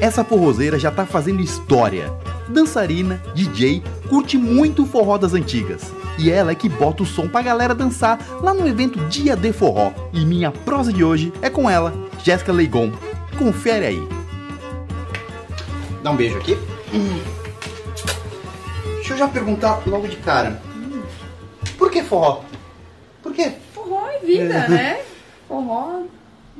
Essa forrozeira já tá fazendo história. Dançarina, DJ, curte muito o forró das antigas. E ela é que bota o som pra galera dançar lá no evento Dia de Forró. E minha prosa de hoje é com ela, Jéssica Leigon. Confere aí. Dá um beijo aqui. Hum. Deixa eu já perguntar logo de cara. Por que forró? Por quê? Forró é vida, né? Forró,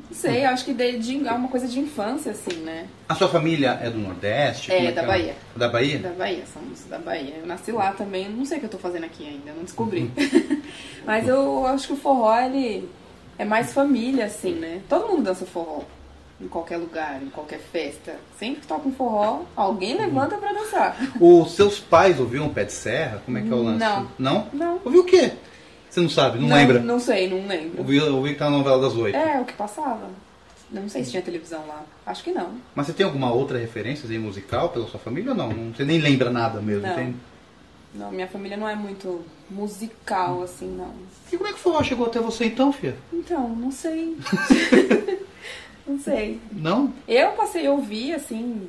não sei, acho que de, de, é uma coisa de infância, assim, né? A sua família é do Nordeste? É, Como da que Bahia. Da Bahia? Da Bahia, somos da Bahia. Eu nasci lá também, não sei o que eu tô fazendo aqui ainda, não descobri. Uhum. Mas eu acho que o forró, ele é mais família, assim, né? Todo mundo dança forró. Em qualquer lugar, em qualquer festa. Sempre que toca um forró, alguém Uhum. levanta pra dançar. Os seus pais ouviam pé de serra? Como é que é o lance? Não. Não? Não. Ouviu o quê? Você não sabe, não, lembra? Não sei, não lembro. Ouviu, ouviu aquela novela das oito. É, o que passava. Não sei se tinha televisão lá. Acho que não. Mas você tem alguma outra referência assim, musical pela sua família ou não? Não- Você nem lembra nada mesmo, Não. tem? Não, minha família não é muito musical, assim, não. E como é que o forró chegou até você então, filha? Então, não sei. não sei. Não? Eu passei a ouvir, assim,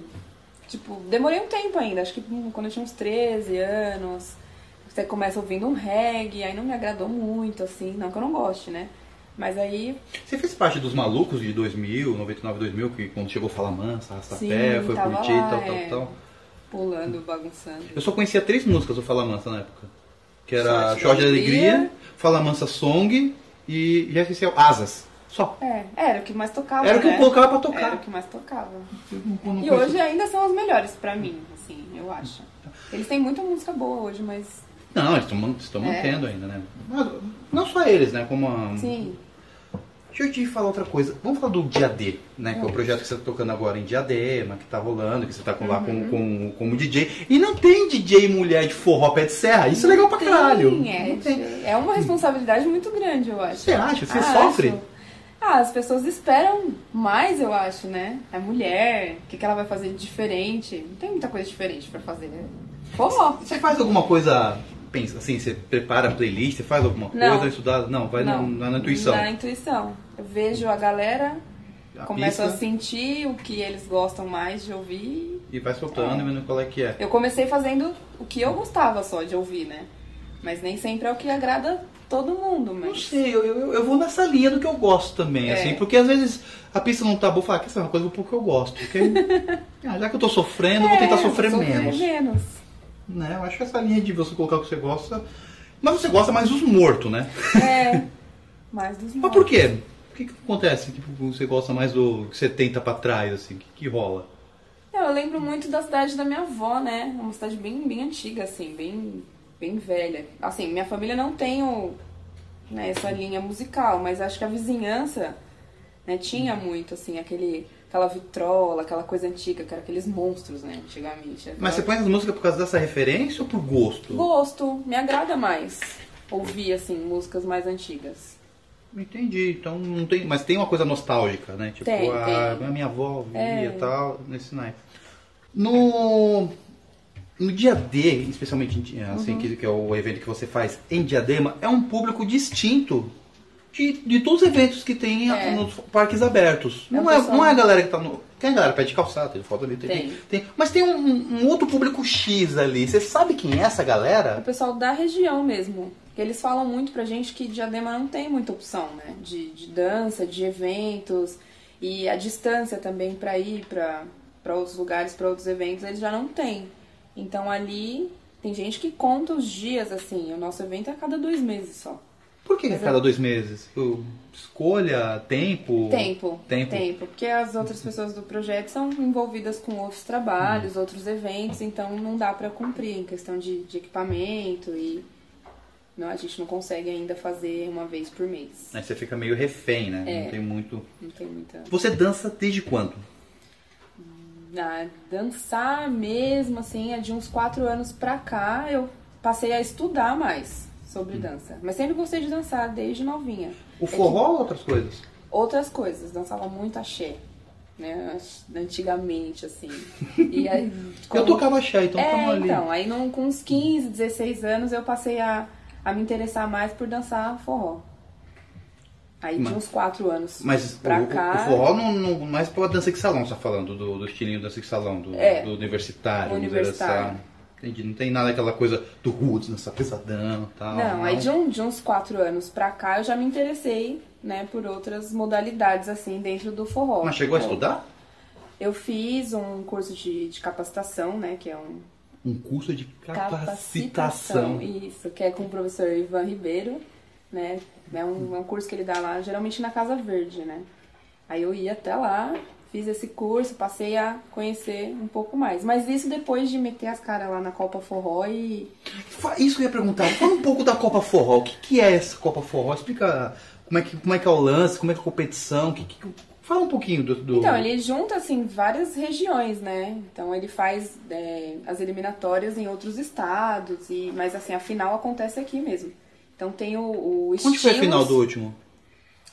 tipo, demorei um tempo ainda. Acho que hum, quando eu tinha uns 13 anos, você começa ouvindo um reggae, aí não me agradou muito, assim. Não que eu não goste, né? Mas aí, Você fez parte dos malucos de 2000, 99, 2000, que quando chegou Fala Mansa, Rastapé, Sim, foi tava curtir lá, e tal, tal, é. tal. pulando, bagunçando. Eu só conhecia três músicas do Fala Mansa na época. Que era Sorte Jorge da da Alegria, Alegria, Fala Mansa Song e já esqueci, Asas. Só. É, era o que mais tocava, Era o que né? eu colocava pra Era o tocar. que mais tocava. Eu não- não E conhecia. hoje ainda são as melhores pra mim, assim, eu acho. Eles têm muita música boa hoje, mas Não, eles estão man- estão É. mantendo ainda, né? Mas não só eles, né? Como a... sim, Deixa eu te falar outra coisa. Vamos falar do Dia D, né? Que é o projeto que você tá tocando agora em Diadema, que tá rolando, que você tá com, lá com, Uhum. com, como DJ. E não tem DJ mulher de forró pé de serra. Isso é legal pra Tem, caralho. É, Não tem. é uma responsabilidade muito grande, eu acho. Você acha? Você Ah, sofre? acho. Ah, as pessoas esperam mais, eu acho, né? É mulher, o que, que ela vai fazer de diferente? Não tem muita coisa diferente pra fazer, né? Forró. Você faz alguma coisa, pensa assim, você prepara a playlist, você faz alguma Não. coisa, estudar? Não, vai no- na, na intuição. Na intuição. Eu vejo a galera, A começo pista, a sentir o que eles gostam mais de ouvir E vai soltando e vendo qual é que é. Eu comecei fazendo o que eu gostava só de ouvir, né? Mas nem sempre é o que agrada todo mundo, Não mas. sei, eu, eu, eu vou nessa linha do que eu gosto também, É. assim, porque às vezes a pista não tá boa, eu falo, ah, quer saber uma coisa, eu vou porque eu gosto, porque ah, já que eu tô sofrendo, eu vou tentar É, sofrer sofrer menos. menos. Né? Eu acho que essa linha de você colocar o que você gosta, mas você gosta mais dos mortos, né? É. Mais dos Mas mortos. por quê? O que, que acontece? Tipo, você gosta mais do que você tenta pra trás, assim, o que, que rola? Eu lembro muito da cidade da minha avó, né? Uma cidade bem, bem antiga, assim, bem, bem velha. Assim, minha família não tem o, né, essa linha musical, mas acho que a vizinhança né, tinha muito, assim, aquele, aquela vitrola, aquela coisa antiga, que era aqueles monstros, né, antigamente. Mas Aquela- você põe as músicas por causa dessa referência ou por gosto? Gosto, me agrada mais ouvir assim músicas mais antigas. Entendi. Então não tem. Mas tem uma coisa nostálgica, né? Tipo, Tem, a, tem. a minha avó ouvia É. e tal, nesse naipe. No. No dia D, especialmente em- Uhum. assim, que, que é o evento que você faz em Diadema, é um público distinto de, de todos os eventos que tem É. nos parques abertos. É um Não é, pessoal- não é a galera que tá no. Tem a galera que pede calçada, tem foto ali, tem, Tem. tem- Mas tem um, um outro público X ali. Você sabe quem é essa O galera? pessoal da região mesmo. Eles falam muito pra gente que Diadema não tem muita opção, né? De, de dança, de eventos e a distância também pra ir pra pra outros lugares, pra outros eventos, eles já não têm. Então ali tem gente que conta os dias assim. O nosso evento é a cada dois meses só. Por que a cada dois meses? Eu- Escolha, tempo. Tempo, Tempo. Uhum. Porque as outras pessoas do projeto são envolvidas com outros trabalhos, outros eventos, então não dá pra cumprir em questão de, de equipamento e não, a gente não consegue ainda fazer uma vez por mês. Aí né, você fica meio refém, né? É. Não tem muito. Não tem muita. Você dança desde quando? Ah, dançar mesmo, assim, é de uns quatro anos pra cá eu passei a estudar mais Uhum. sobre dança. Mas sempre gostei de dançar, desde novinha. O forró ou outras coisas? outras coisas, dançava muito axé, né? Antigamente, assim. E aí, Eu quando- tocava axé, então tamo é, ali. então, aí num- com uns 15, 16 anos eu passei a, a me interessar mais por dançar forró. Aí Mas- tinha uns quatro anos Mas pra o, o- cá. o forró não, não mais pra dança de salão, só falando do, do estilinho dança de salão, do, É. do universitário, vamos dizer Universitário. assim. Entendi, não tem nada aquela coisa do roots, dança pesadão e tal. Não, aí de, um- de uns quatro anos pra cá eu já me interessei, né, por outras modalidades, assim, dentro do forró. Mas chegou a Eu- estudar? Eu fiz um curso de, de capacitação, né, que é um Um curso de capacitação. Isso, que é com o professor Ivan Ribeiro, né, é um, é um curso que ele dá lá, geralmente na Casa Verde, né. Aí eu ia até lá, fiz esse curso, passei a conhecer um pouco mais. Mas isso depois de meter as caras lá na Copa Forró e... Fa- Isso que eu ia perguntar, fala um pouco da Copa Forró. O que, que é essa Copa Forró? Explica como é que, como é, que é o lance, como é que é a competição, o que, que- fala um pouquinho do. do- Então, ele junta, assim, várias regiões, né? Então, ele faz é, as eliminatórias em outros estados, e, mas, assim, a final acontece aqui mesmo. Então, tem o, o Onde foi a Estilos, final do último?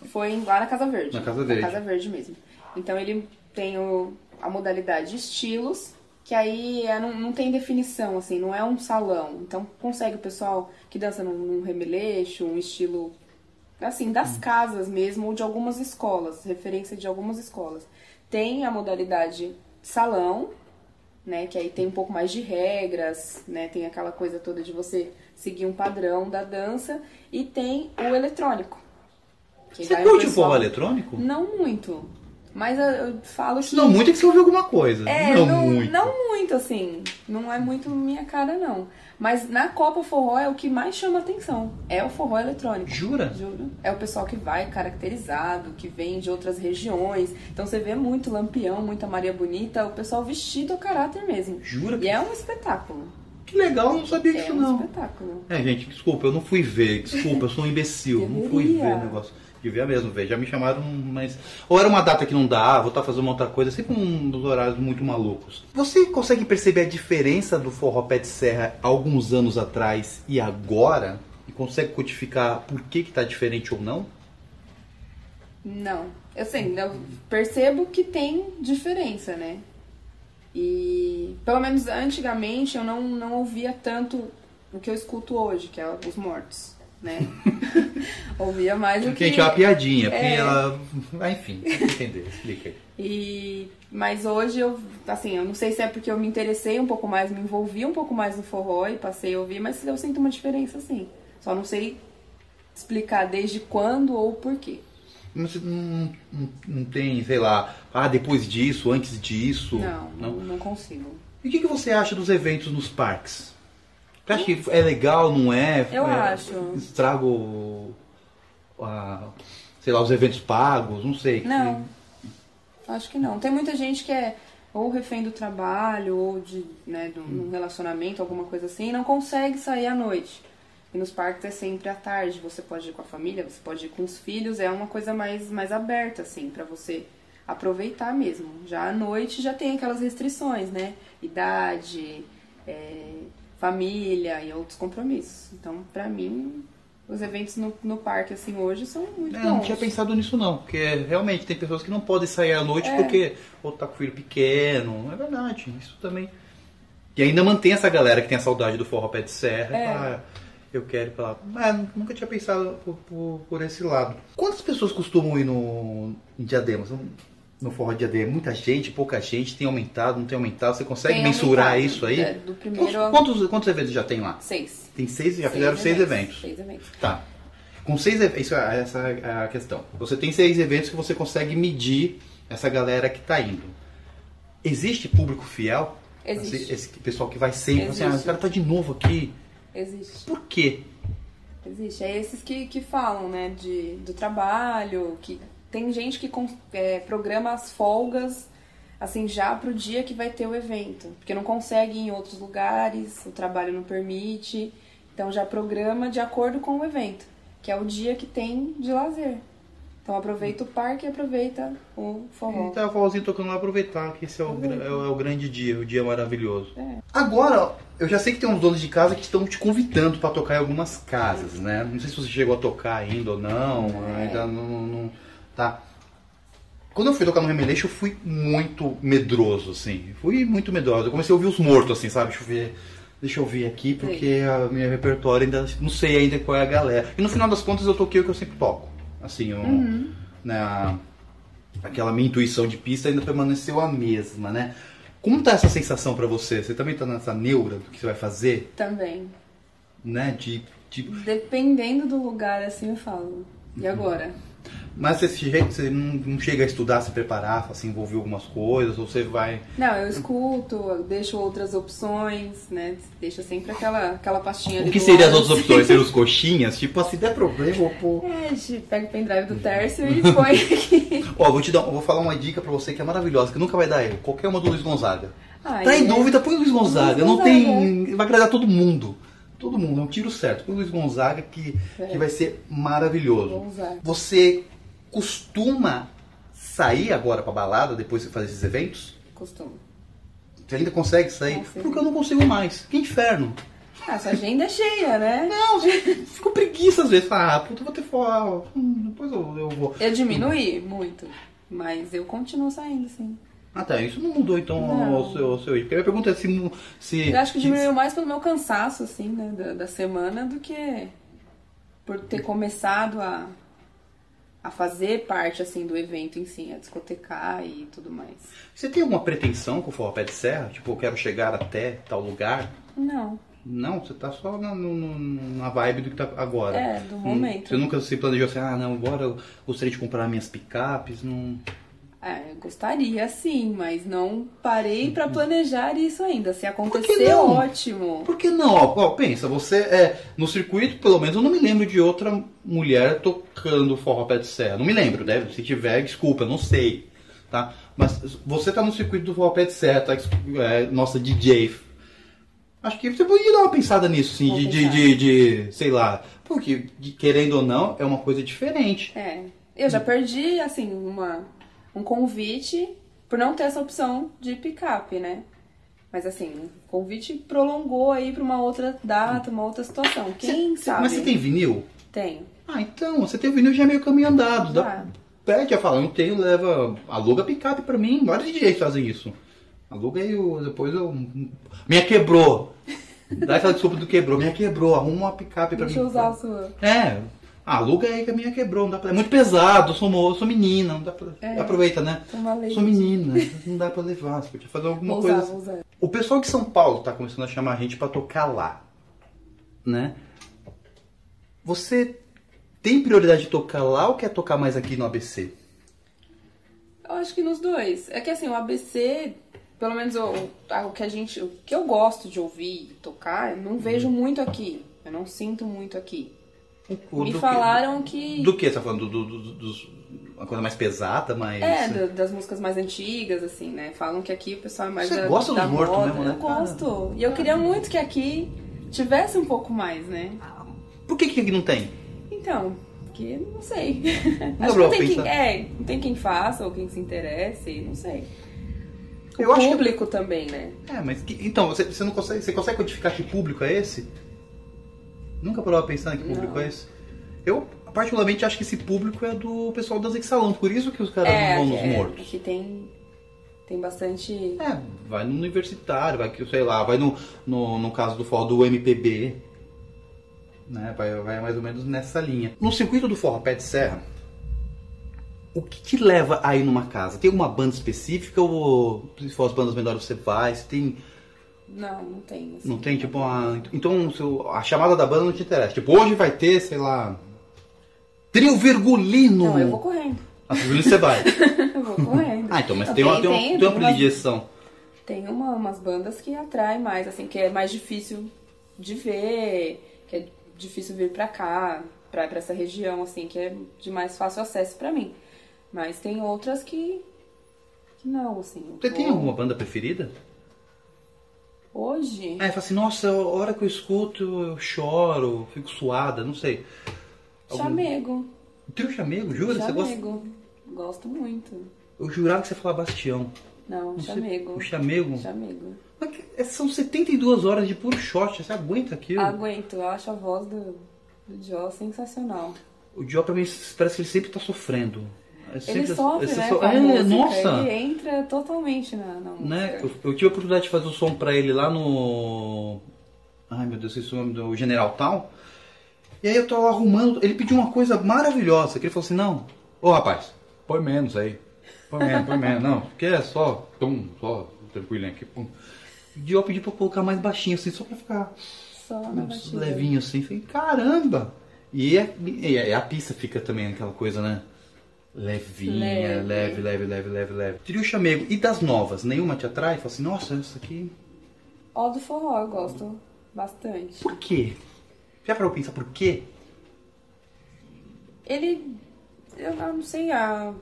Foi em- lá na Casa Verde. Na Casa Verde. Na Casa Verde mesmo. Então, ele tem o- a modalidade de estilos, que aí é- não, não tem definição, assim, não é um salão. Então, consegue o pessoal que dança num, num remeleixo, um estilo assim, das Hum. casas mesmo, ou de algumas escolas, referência de algumas escolas. Tem a modalidade salão, né, que aí tem um pouco mais de regras, né, tem aquela coisa toda de você seguir um padrão da dança, e tem o eletrônico. que Você vai curte o pessoal- forró eletrônico? Não muito, mas eu, eu falo que... Se não muito é que você ouviu alguma coisa. É, não, não, muito. não muito, assim. Não é muito minha cara, não. Mas na Copa o Forró é o que mais chama atenção. É o forró eletrônico. Jura? Juro. É o pessoal que vai caracterizado, que vem de outras regiões. Então você vê muito Lampião, muita Maria Bonita, o pessoal vestido ao caráter mesmo. Jura? E é um espetáculo. Que legal, eu não sabia É disso um não. espetáculo. É, gente, desculpa, eu não fui ver. Desculpa, eu sou um imbecil. não fui ver Deveria. o negócio. Devia mesmo ver. Já me chamaram, mas. Ou era uma data que não dá, vou estar fazendo uma outra coisa. Sempre um dos horários muito malucos. Você consegue perceber a diferença do forró pé de serra alguns anos atrás e agora? E consegue codificar por que que tá diferente ou não? Não. Eu sei, eu percebo que tem diferença, né? E pelo menos antigamente eu não, não ouvia tanto o que eu escuto hoje, que é os mortos, né? ouvia mais o que. Gente, é uma piadinha. É. Ela... Ah, enfim, tem que entender, explica aí. E mas hoje eu, assim, eu não sei se é porque eu me interessei um pouco mais, me envolvi um pouco mais no forró e passei a ouvir, mas eu sinto uma diferença sim. Só não sei explicar desde quando ou por quê. Mas não, não, não tem, sei lá, ah, depois disso, antes disso. Não, não, não consigo. E o que, que você acha dos eventos nos parques? Você acha que é legal, não é? Hum. Eu É, acho. Estrago, a, sei lá, os eventos pagos, não sei. Não. Acho que não. Tem muita gente que é ou refém do trabalho, ou de, né, de um um relacionamento, alguma coisa assim, e não consegue sair à noite. E nos parques é sempre à tarde. Você pode ir com a família, você pode ir com os filhos. É uma coisa mais, mais aberta, assim, pra você aproveitar mesmo. Já à noite já tem aquelas restrições, né? Idade, é, família e outros compromissos. Então, pra mim, os eventos no, no parque, assim, hoje são muito É, bons. eu não tinha pensado nisso não, porque realmente tem pessoas que não podem sair à noite É. porque ou tá com filho pequeno, é verdade, isso também. E ainda mantém essa galera que tem a saudade do forró pé de serra, É. fala, ah, eu quero falar, mas Ah, nunca tinha pensado por, por- por esse lado. Quantas pessoas costumam ir no em Diadema? São- No forró de Diadema, é muita gente, pouca gente, tem aumentado, não tem aumentado, você consegue Tem mensurar aumentado, isso aí? é, do Quantos, primeiro a quantos, quantos eventos já tem lá? seis. Tem seis, já Seis fizeram seis eventos. Seis eventos. Tá. Com seis eventos, isso é, essa é a questão. Você tem seis eventos que você consegue medir essa galera que tá indo. Existe público fiel? Esse, Existe, Assim, esse pessoal que vai sempre, assim, Existe. ah, esse cara tá de novo aqui. existe, Por quê? existe. É esses que, que falam, né, de, do trabalho, que tem gente que con- é, programa as folgas, assim, já pro dia que vai ter o evento. Porque não consegue ir em outros lugares, o trabalho não permite. Então já programa de acordo com o evento, que é o dia que tem de lazer. Então aproveita o parque e aproveita o forró. Então, a vozinha tocando lá, aproveitar que esse é o, gra- é o- é o grande dia, o dia maravilhoso. Uhum. É. Agora, eu já sei que tem uns donos de casa que estão te convidando pra tocar em algumas casas, né? Não sei se você chegou a tocar ainda ou não, É. ainda não, não- não- Tá. Quando eu fui tocar no Remeleixo, eu fui muito medroso, assim. Fui muito medroso. Eu comecei a ouvir os mortos, assim, sabe? Deixa eu ver. Deixa eu ver aqui, porque o meu repertório ainda. Não sei ainda qual é a galera. E no final das contas, eu toquei o que eu sempre toco. Assim, o- Uhum. na- aquela minha intuição de pista ainda permaneceu a mesma, né? Como tá essa sensação pra você? Você também tá nessa neura do que você vai fazer, Também. né? De, de... Dependendo do lugar, assim, eu falo. E Uhum. agora? Mas desse jeito você não, não chega a estudar, se preparar, se envolver em algumas coisas, ou você vai... Não, eu escuto, eu deixo outras opções, né? Deixa sempre aquela, aquela pastinha O ali que do seria as lado, outras assim. opções? Seriam os coxinhas? Tipo, ah, se der problema, eu vou... É, a gente pega o pendrive do Tércio e põe aqui. Ó, vou te dar, eu vou falar uma dica pra você que é maravilhosa, que nunca vai dar erro. Qualquer uma do Luiz Gonzaga. Ai, Tá em é. dúvida, põe o Luiz Gonzaga. Não Gonzaga. tem. Vai agradar todo mundo. Todo mundo, é um tiro certo. Põe o Luiz Gonzaga que, É. que vai ser maravilhoso. Vou usar. Você costuma sair agora pra balada depois de fazer esses eventos? Costumo. Você ainda consegue sair? Consigo. Porque eu não consigo mais. Que inferno. Ah, sua agenda é cheia, né? Não, fico preguiça às vezes. Fala, Ah, puta, eu vou ter fora. Hum, depois eu, eu vou. Eu diminuí muito, mas eu continuo saindo, sim. Ah, tá. Isso não mudou então Não. o seu, o seu. Porque a minha pergunta é se. não- se Eu acho que diminuiu mais pelo meu cansaço, assim, né, da, da semana, do que por ter começado a, a fazer parte, assim, do evento em si, a discotecar e tudo mais. Você tem alguma pretensão com o Forró Pé de Serra? Tipo, eu quero chegar até tal lugar? Não, Não, você tá só na, no- no- na vibe do que tá agora. é, do Hum. Não- momento. Você nunca se planejou assim, ah, não, agora eu gostaria de comprar minhas picapes, não... É, eu gostaria, sim, mas não parei pra planejar isso ainda. Se Hum. Por que acontecer, não? ótimo. Por que não? Ó, ó, pensa, você é... No circuito, pelo menos, eu não me lembro de outra mulher tocando forró pé de serra. Não me lembro, né? Se tiver, desculpa, eu não sei, tá? Mas você tá no circuito do forró pé de serra, tá? É, nossa, DJ... Acho que você podia dar uma pensada nisso, assim, Vou de, de, pensar. de- de- sei lá. Porque, de- querendo ou não, é uma coisa diferente. É, eu Hum. já perdi, assim, uma, um convite por não ter essa opção de picape, né? Mas assim, o convite prolongou aí pra uma outra data, uma outra situação. Quem Cê- sabe? Mas você tem vinil? Tenho. Ah, então, você tem o vinil já é meio caminho andado. Dá- Já. Pede, eu falo, eu não tenho, leva, aluga picape pra mim. Vários DJs fazem isso. Aluga e eu- depois eu... Minha quebrou. Dá essa desculpa do quebrou. Minha quebrou, arruma uma picape pra Deixa eu mim. usar a sua. É, ah, aluga aí que a minha quebrou. Não dá pra... É muito pesado, eu sou, mo- eu sou menina, não dá pra... É. Aproveita, né? Toma leite. Sou menina, não dá pra levar, você podia fazer alguma Vou coisa... usar, assim. vou usar. O pessoal de São Paulo tá começando a chamar a gente pra tocar lá, né? Você tem prioridade de tocar lá ou quer tocar mais aqui no ABC? Eu acho que nos dois. É que assim, o ABC, pelo menos o, a- o que a gente. O que eu gosto de ouvir e tocar, eu não vejo Uhum. muito aqui. Eu não sinto muito aqui. O Me do falaram Que, que. do que você tá falando? Do, do- do- dos- uma coisa mais pesada, mais... É, da- das músicas mais antigas, assim, né? Falam que aqui o pessoal é mais Você da, gosta do da morto moda. mesmo, né, Eu gosto. E eu queria muito que aqui tivesse um pouco mais, né? Por que que aqui não tem? Então, porque não sei. dá Acho que pra não tem pensar. quem, é, não tem quem faça ou quem se interesse, não sei. O Eu acho que- público também, né? É, mas... que- então, você, você não consegue... Você consegue codificar que público é esse? Nunca parou a pensar em que público Não. é esse? Eu, particularmente, acho que esse público é do pessoal das Exalão. Por isso que os caras é, não vão aqui- nos é, mortos. aqui tem, tem bastante. É, vai no universitário, vai que, sei lá, vai no, no, no caso do forró do MPB, né? Vai, vai mais ou menos nessa linha. No circuito do forró pé de serra, o que te leva a ir numa casa? Tem uma banda específica ou se for as bandas menores você vai? Se tem, Não, não tem. assim. não tem, tipo, uma, então o seu- a chamada da banda não te interessa. Tipo, hoje vai ter, sei lá, trio virgulino. Não, eu vou correndo. Ah, virgulino você vai. Eu vou correndo. Ah, então, mas Não, tem, uma, tem- tem, uma, tem- tem uma tem umas- predileção. Tem uma- umas bandas que atrai mais, assim, que é mais difícil de ver, que é difícil vir pra cá, pra, pra essa região, assim, que é de mais fácil acesso pra mim. Mas tem outras que, que não, assim. eu Você tem vou- alguma banda preferida? Hoje, É, fala assim, nossa, a hora que eu escuto, eu choro, fico suada, não sei. Algum- chamego. Trio chamego, jura? Você gosta? Chamego. Gosto muito. Eu jurava que você falava Bastião. Não, Não sei- Um chamego. O chamego. Chamego. Mas que- é- São 72 horas de puro shot, você aguenta aquilo? Aguento, eu acho a voz do, do Jó sensacional. O Dio pra mim parece que ele sempre tá sofrendo. É Ele sempre- sofre, esse né? so- com a É, música, nossa. Ele entra totalmente na, na música. Né? Eu, eu tive a oportunidade de fazer o som pra ele lá no. Ai meu Deus, esse nome do General Tal. E aí eu tava arrumando. Ele pediu uma coisa maravilhosa, que ele falou assim, não, ô rapaz, põe menos aí. Põe menos, põe menos. Não, porque é só, tum, só, tranquilinho aqui, pum. E eu pedi pra colocar mais baixinho, assim, só pra ficar Só na uns batida. levinho assim. Falei, caramba! E, é- e é- a pista fica também aquela coisa, né? Levinha, leve, Leve. leve, leve, leve, leve. Trio chamego. E das novas, nenhuma te atrai? Fala assim, nossa, essa aqui. Ó do forró, eu gosto bastante. Por quê? Já parou pra pensar por quê? Ele. Eu não sei, a.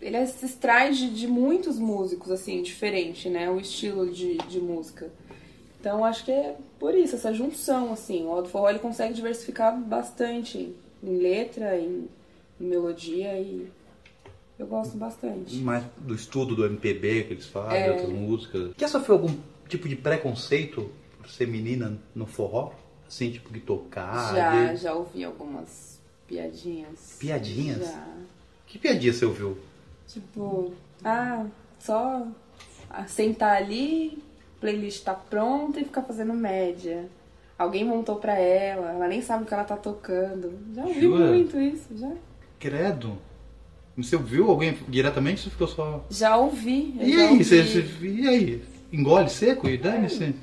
Ele se extrai de, de muitos músicos, assim, diferente, né? O estilo de, de música. Então acho que é por isso, essa junção, assim. O Aldo Forró ele consegue diversificar bastante em letra, em, em melodia e. Eu gosto bastante. Mais do estudo do MPB que eles fazem, É. outras músicas. Já sofreu algum tipo de preconceito por ser menina no forró? Assim, tipo, de tocar? já, de- já ouvi algumas piadinhas. Piadinhas? Já. Que piadinha você ouviu? Tipo, ah, só sentar ali, playlist tá pronta e ficar fazendo média. Alguém montou pra ela, ela nem sabe o que ela tá tocando. Já ouvi Jura? muito isso, já. Credo. Você ouviu alguém diretamente ou você ficou só. Já ouvi. eu E já aí, ouvi. você, você- e aí? Engole seco e É. dane-se?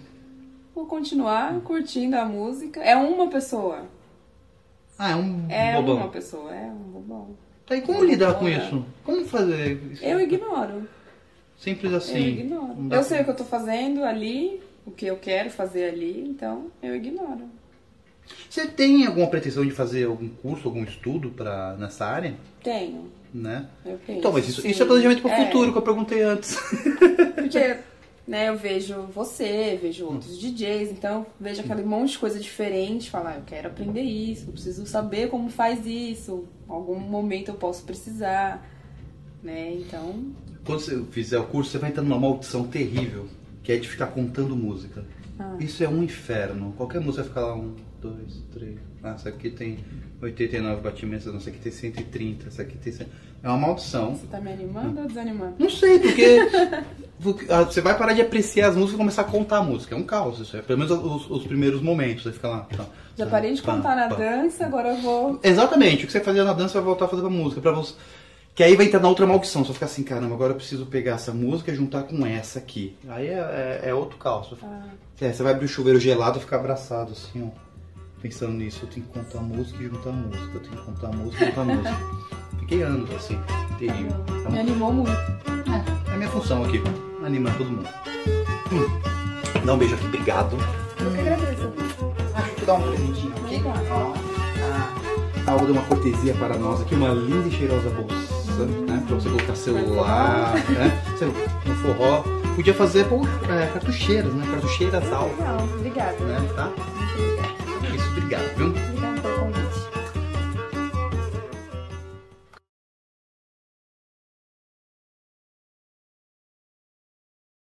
Vou continuar curtindo a música. É uma pessoa. Ah, é um É bobão. uma pessoa, é um bobão. Tá, e como lidar com Bobona. isso? Como fazer isso? Eu ignoro. Simples Eu assim. ignoro. Não dá Eu pra- sei o que eu tô fazendo ali, o que eu quero fazer ali, então eu ignoro. Você tem alguma pretensão de fazer algum curso, algum estudo pra, nessa área? Tenho. Né? Eu penso, Então, mas isso, isso é sim. planejamento pro É. futuro, que eu perguntei antes. Porque, né, eu vejo você, vejo outros Hum. DJs, então vejo aquele monte de coisa diferente, falar, eu quero aprender isso, eu preciso saber como faz isso, em algum momento eu posso precisar, né? Então, Quando você fizer o curso, você vai entrar numa maldição terrível, que é de ficar contando música. Ah. Isso é um inferno. Qualquer música fica lá, um, dois, três. Ah, essa aqui tem 89 batimentos, não, essa aqui tem 130, essa aqui tem. 100. É uma maldição. você tá me Hum. animando ou desanimando? Não sei, porque. porque, ah, Você vai parar de apreciar as músicas e começar a contar a música. É um caos isso. É, pelo menos os, os primeiros momentos. Você fica lá. tá, Já tá, parei de pá, contar na pá. dança, agora eu vou. Exatamente, o que você fazia na dança vai voltar a fazer pra música, pra você. Que aí vai entrar na outra maldição, você vai ficar assim, caramba, agora eu preciso pegar essa música e juntar com essa aqui. Aí é, é- é outro caos. Ah, É, você vai abrir o chuveiro gelado e ficar abraçado, assim, ó. Pensando nisso, eu tenho que contar a música e juntar a música, eu tenho que contar a música e juntar a música. Fiquei anos assim, terrível. Tá me bom? animou muito. É a minha função aqui, animar todo mundo. Hum. Dá um beijo aqui, obrigado. Eu que agradeço. Ah, deixa eu te dar um presentinho, ok? Obrigada. Ó, a Alba deu uma cortesia para nós aqui, uma linda e cheirosa bolsa, né? Pra você colocar celular, né? Você- No forró. Podia fazer pô, é, cartucheiras, né? Cartucheiras alvo, Legal, obrigada. né? Tá? Muito obrigada. Isso, obrigado, viu? Obrigada pelo convite.